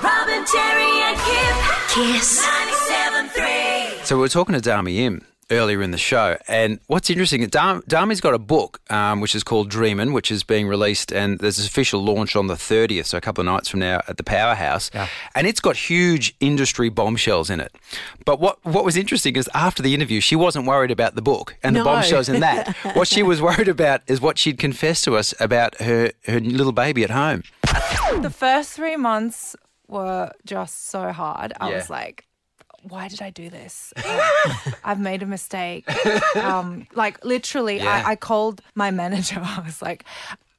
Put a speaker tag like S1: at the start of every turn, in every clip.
S1: on Jerry and Kip. Kiss. 97.3.
S2: So we were talking to Dami Im earlier in the show, and what's interesting, Dam- Dami's got a book um, which is called Dreamin', which is being released, and there's an official launch on the 30th, so a couple of nights from now at the Powerhouse, and it's got huge industry bombshells in it. But what what was interesting is after the interview, she wasn't worried about the book and the
S3: No.
S2: bombshells in that. what she was worried about is what she'd confessed to us about her her little baby at home.
S4: The first three months were just so hard. I
S2: Yeah.
S4: was like, why did I do this? Uh, I've made a mistake. Um, like, literally,
S2: Yeah.
S4: I, I called my manager. I was like,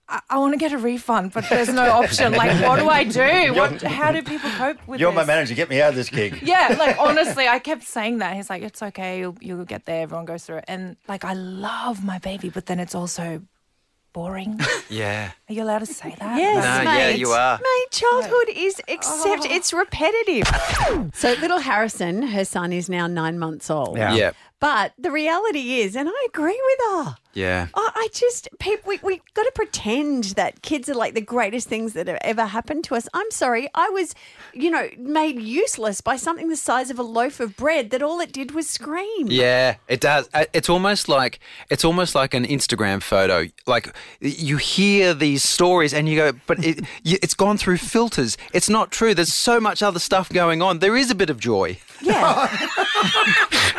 S4: I, I want to get a refund, but there's no option. Like, what do I do? What, how do people cope with
S5: You're my
S4: this?
S5: manager. Get me out of this gig.
S4: Yeah, like honestly, I kept saying that. He's like, it's okay, you'll, you'll get there, everyone goes through it. And like, I love my baby, but then it's also boring. Are
S2: Yeah.
S4: you allowed to say that?
S3: Yes,
S2: No,
S3: mate.
S2: yeah, you are.
S3: Mate, childhood is except it's repetitive. Oh. so little Harrison, her son is now nine months old.
S5: Yeah.
S2: Yeah.
S3: But the reality is, and I agree with her.
S2: Yeah.
S3: I, I just people we we got to pretend that kids are like the greatest things that have ever happened to us. I'm sorry, I was, you know, made useless by something the size of a loaf of bread that all it did was scream.
S2: Yeah, it does. Uh, It's almost like it's almost like an Instagram photo. Like y- you hear these stories and you go, but it, y- it's gone through filters. It's not true. There's so much other stuff going on. There is a bit of joy.
S3: Yeah.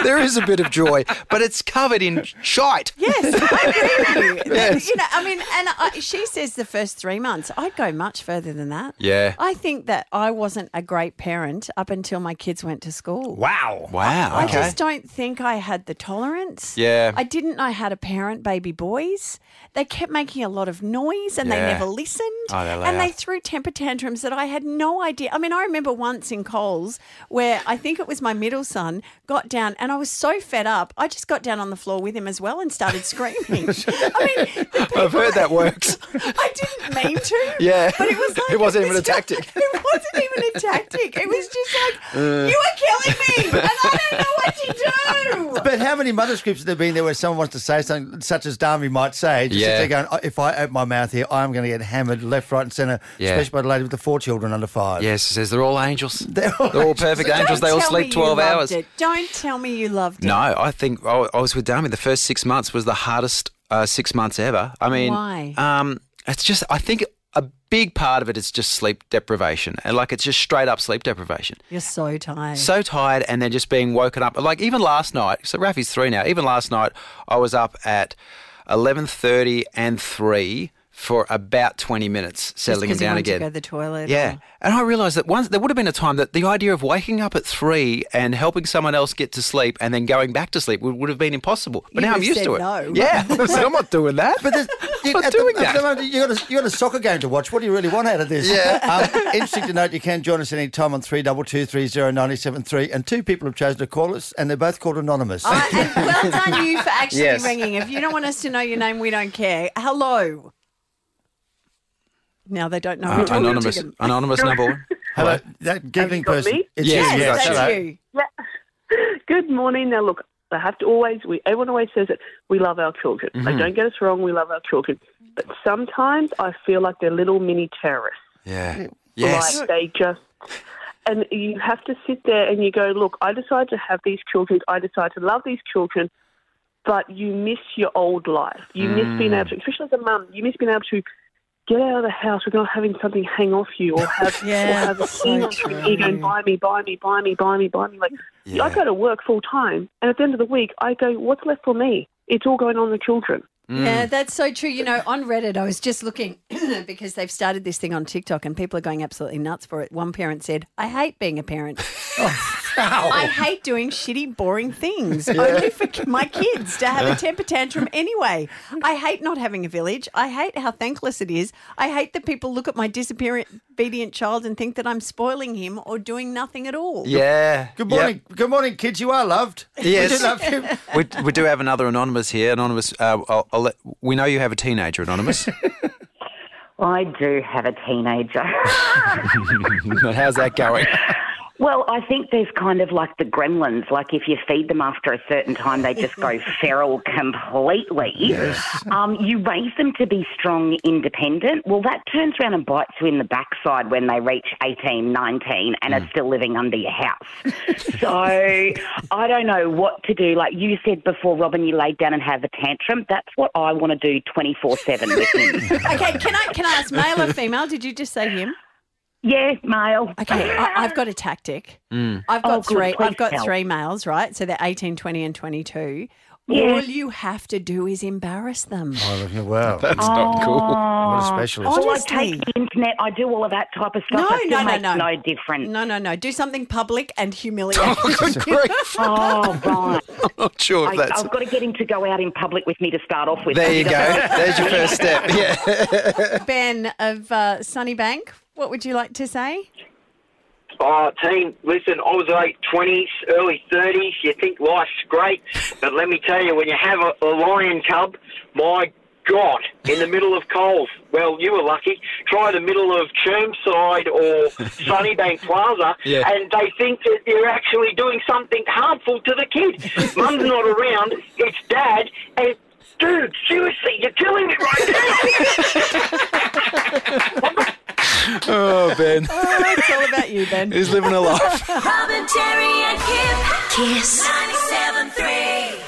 S2: There is a bit of joy, but it's covered in shite.
S3: Yes, I agree with you. You know, I mean, and I, she says the first three months. I'd go much further than that.
S2: Yeah.
S3: I think that I wasn't a great parent up until my kids went to school.
S5: Wow.
S2: Wow.
S3: I just don't think I had the tolerance.
S2: Yeah.
S3: I didn't know how to parent baby boys. They kept making a lot of noise and
S2: Yeah.
S3: they never listened.
S2: Oh, they're
S3: and they
S2: loud.
S3: threw temper tantrums that I had no idea. I mean, I remember once in Coles where I think it was my middle son got down and I was so fed up. I just got down on the floor with him as well and started screaming. I mean, the
S2: I've
S3: people-
S2: heard that works.
S3: I didn't mean to.
S2: Yeah.
S3: But it was like.
S2: It wasn't even
S3: was
S2: a tactic. Uh.
S3: it wasn't even a tactic. It was just like, you are killing me and I don't know what to do.
S5: But how many mother scripts have there been there where someone wants to say something, such as Darmy might say, just
S2: Yeah.
S5: sits there going, "Oh, if I open my mouth here, I'm going to get hammered left, right, and centre,
S2: Yeah.
S5: especially by the lady with the four children under five.
S2: Yes, it says they're all angels. They're
S5: all
S2: all, perfect angels. They
S3: Don't
S2: all
S3: tell me
S2: sleep
S3: you
S2: 12
S3: loved
S2: hours.
S3: it. Don't tell me you loved it.
S2: No, I think I, I was with Dami. The first six months was the hardest uh, six months ever. I mean,
S3: Why?
S2: Um, it's just I think a big part of it is just sleep deprivation, and like it's just straight up sleep deprivation.
S3: You're so tired.
S2: So tired, and then just being woken up. Like even last night. So Rafi's three now. Even last night, I was up at eleven thirty and three for about twenty minutes, settling him
S3: Just 'cause you
S2: down
S3: wanted
S2: again.
S3: To go to the toilet.
S2: Yeah.
S3: or-
S2: And I realised that once there would have been a time that the idea of waking up at three and helping someone else get to sleep and then going back to sleep would, would have been impossible. But
S3: You
S2: now
S3: would
S2: I'm
S3: have
S2: used
S3: said
S2: to it.
S3: no.
S2: Yeah. So I'm not doing that.
S5: But there's, you,
S2: Not
S5: at
S2: doing
S5: the, at
S2: that.
S5: the moment, you got a you got a soccer game to watch. What do you really want out of this? Yeah. Um, interesting to note, you can join us any time on three double two three zero ninety seven three, and two people have chosen to call us, and they're both called anonymous.
S3: Uh, and well done you for actually
S2: Yes.
S3: ringing. If you don't want us to know your name, we don't care. Hello. Now they don't know.
S2: Uh,
S3: we're talking to
S2: anonymous,
S3: them.
S2: anonymous number one.
S5: Hello, that giggling
S6: got
S5: person.
S6: me?
S5: It's
S2: Yes,
S5: you,
S2: we got
S3: Yes,
S2: you.
S5: hello.
S3: that's you.
S6: Good morning. Now, look, I have to always, we, everyone always says it, we love our children. Like, don't get us wrong, we love our children. But sometimes I feel like they're little mini terrorists.
S2: Yeah. Yes.
S6: Like they just, and you have to sit there and you go, look, I decide to have these children, I decide to love these children, but you miss your old life. You miss being able to, especially as a mum, you miss being able to get out of the house without having something hang off you or have,
S3: Yeah,
S6: or have a
S3: so
S6: thing on you going, buy me, buy me, buy me, buy me, buy me. Like, I go to work full time, and at the end of the week, I go, what's left for me? It's all going on the children.
S3: Yeah, that's so true. You know, on Reddit, I was just looking because they've started this thing on TikTok and people are going absolutely nuts for it. One parent said, I hate being a parent. I hate doing shitty, boring things. Only for ki- my kids to have a temper tantrum anyway. I hate not having a village. I hate how thankless it is. I hate that people look at my disobedient child and think that I'm spoiling him or doing nothing at all.
S2: Yeah.
S5: Good morning, good morning, kids. You are loved.
S2: Yes.
S5: we do love you.
S2: Yep. We, we do have another anonymous here. Anonymous, uh, I'll, I'll let, we know you have a teenager, anonymous.
S7: I do have a teenager.
S2: How's that going?
S7: Well, I think there's kind of like the gremlins. Like if you feed them after a certain time, they just go feral completely. Yes. Um, you raise them to be strong, independent. Well, that turns around and bites you in the backside when they reach 18, 19 and are still living under your house. so I don't know what to do. Like you said before, Robin, you laid down and have a tantrum. That's what I want to do 24 7 with him.
S3: Okay, can I can I ask male or female? Did you just say him?
S7: yeah, male.
S3: Okay, I, I've got a tactic. I've got
S7: Oh, good.
S3: three.
S7: Please
S3: I've got
S7: tell.
S3: three males, right? So they're 18, 20, and 22. All you have have to do is embarrass them.
S5: Oh, wow. What
S2: That's not cool.
S5: a specialist.
S7: Well, I
S4: Honestly.
S7: take the internet. I do all of that type of
S3: No,
S7: stuff. I still
S3: no, no,
S7: make
S3: no.
S7: no difference.
S3: No, no, no. Do something public and humiliate.
S2: Oh, good grief. I'm
S7: Oh, right.
S2: not sure if
S7: I,
S2: that's.
S7: I've got to get him to go out in public with me to start off with.
S2: There you go. There's your first step. Yeah.
S3: ben of uh, Sunnybank, what would you like to say?
S8: Oh, team, listen, I was late 20s, early 30s. You think life's great, but let me tell you, when you have a, a lion cub, my God, in the middle of Coles, well, you were lucky. Try the middle of Chermside or Sunnybank Plaza,
S2: Yeah.
S8: and they think that you're actually doing something harmful to the kid. Mum's not around, it's dad, and dude, seriously, you're killing it right now.
S2: Oh, Ben.
S3: Oh, it's all about you, Ben.
S2: He's living a life.
S1: Robin, Terry, and Kip. Kiss 97.3.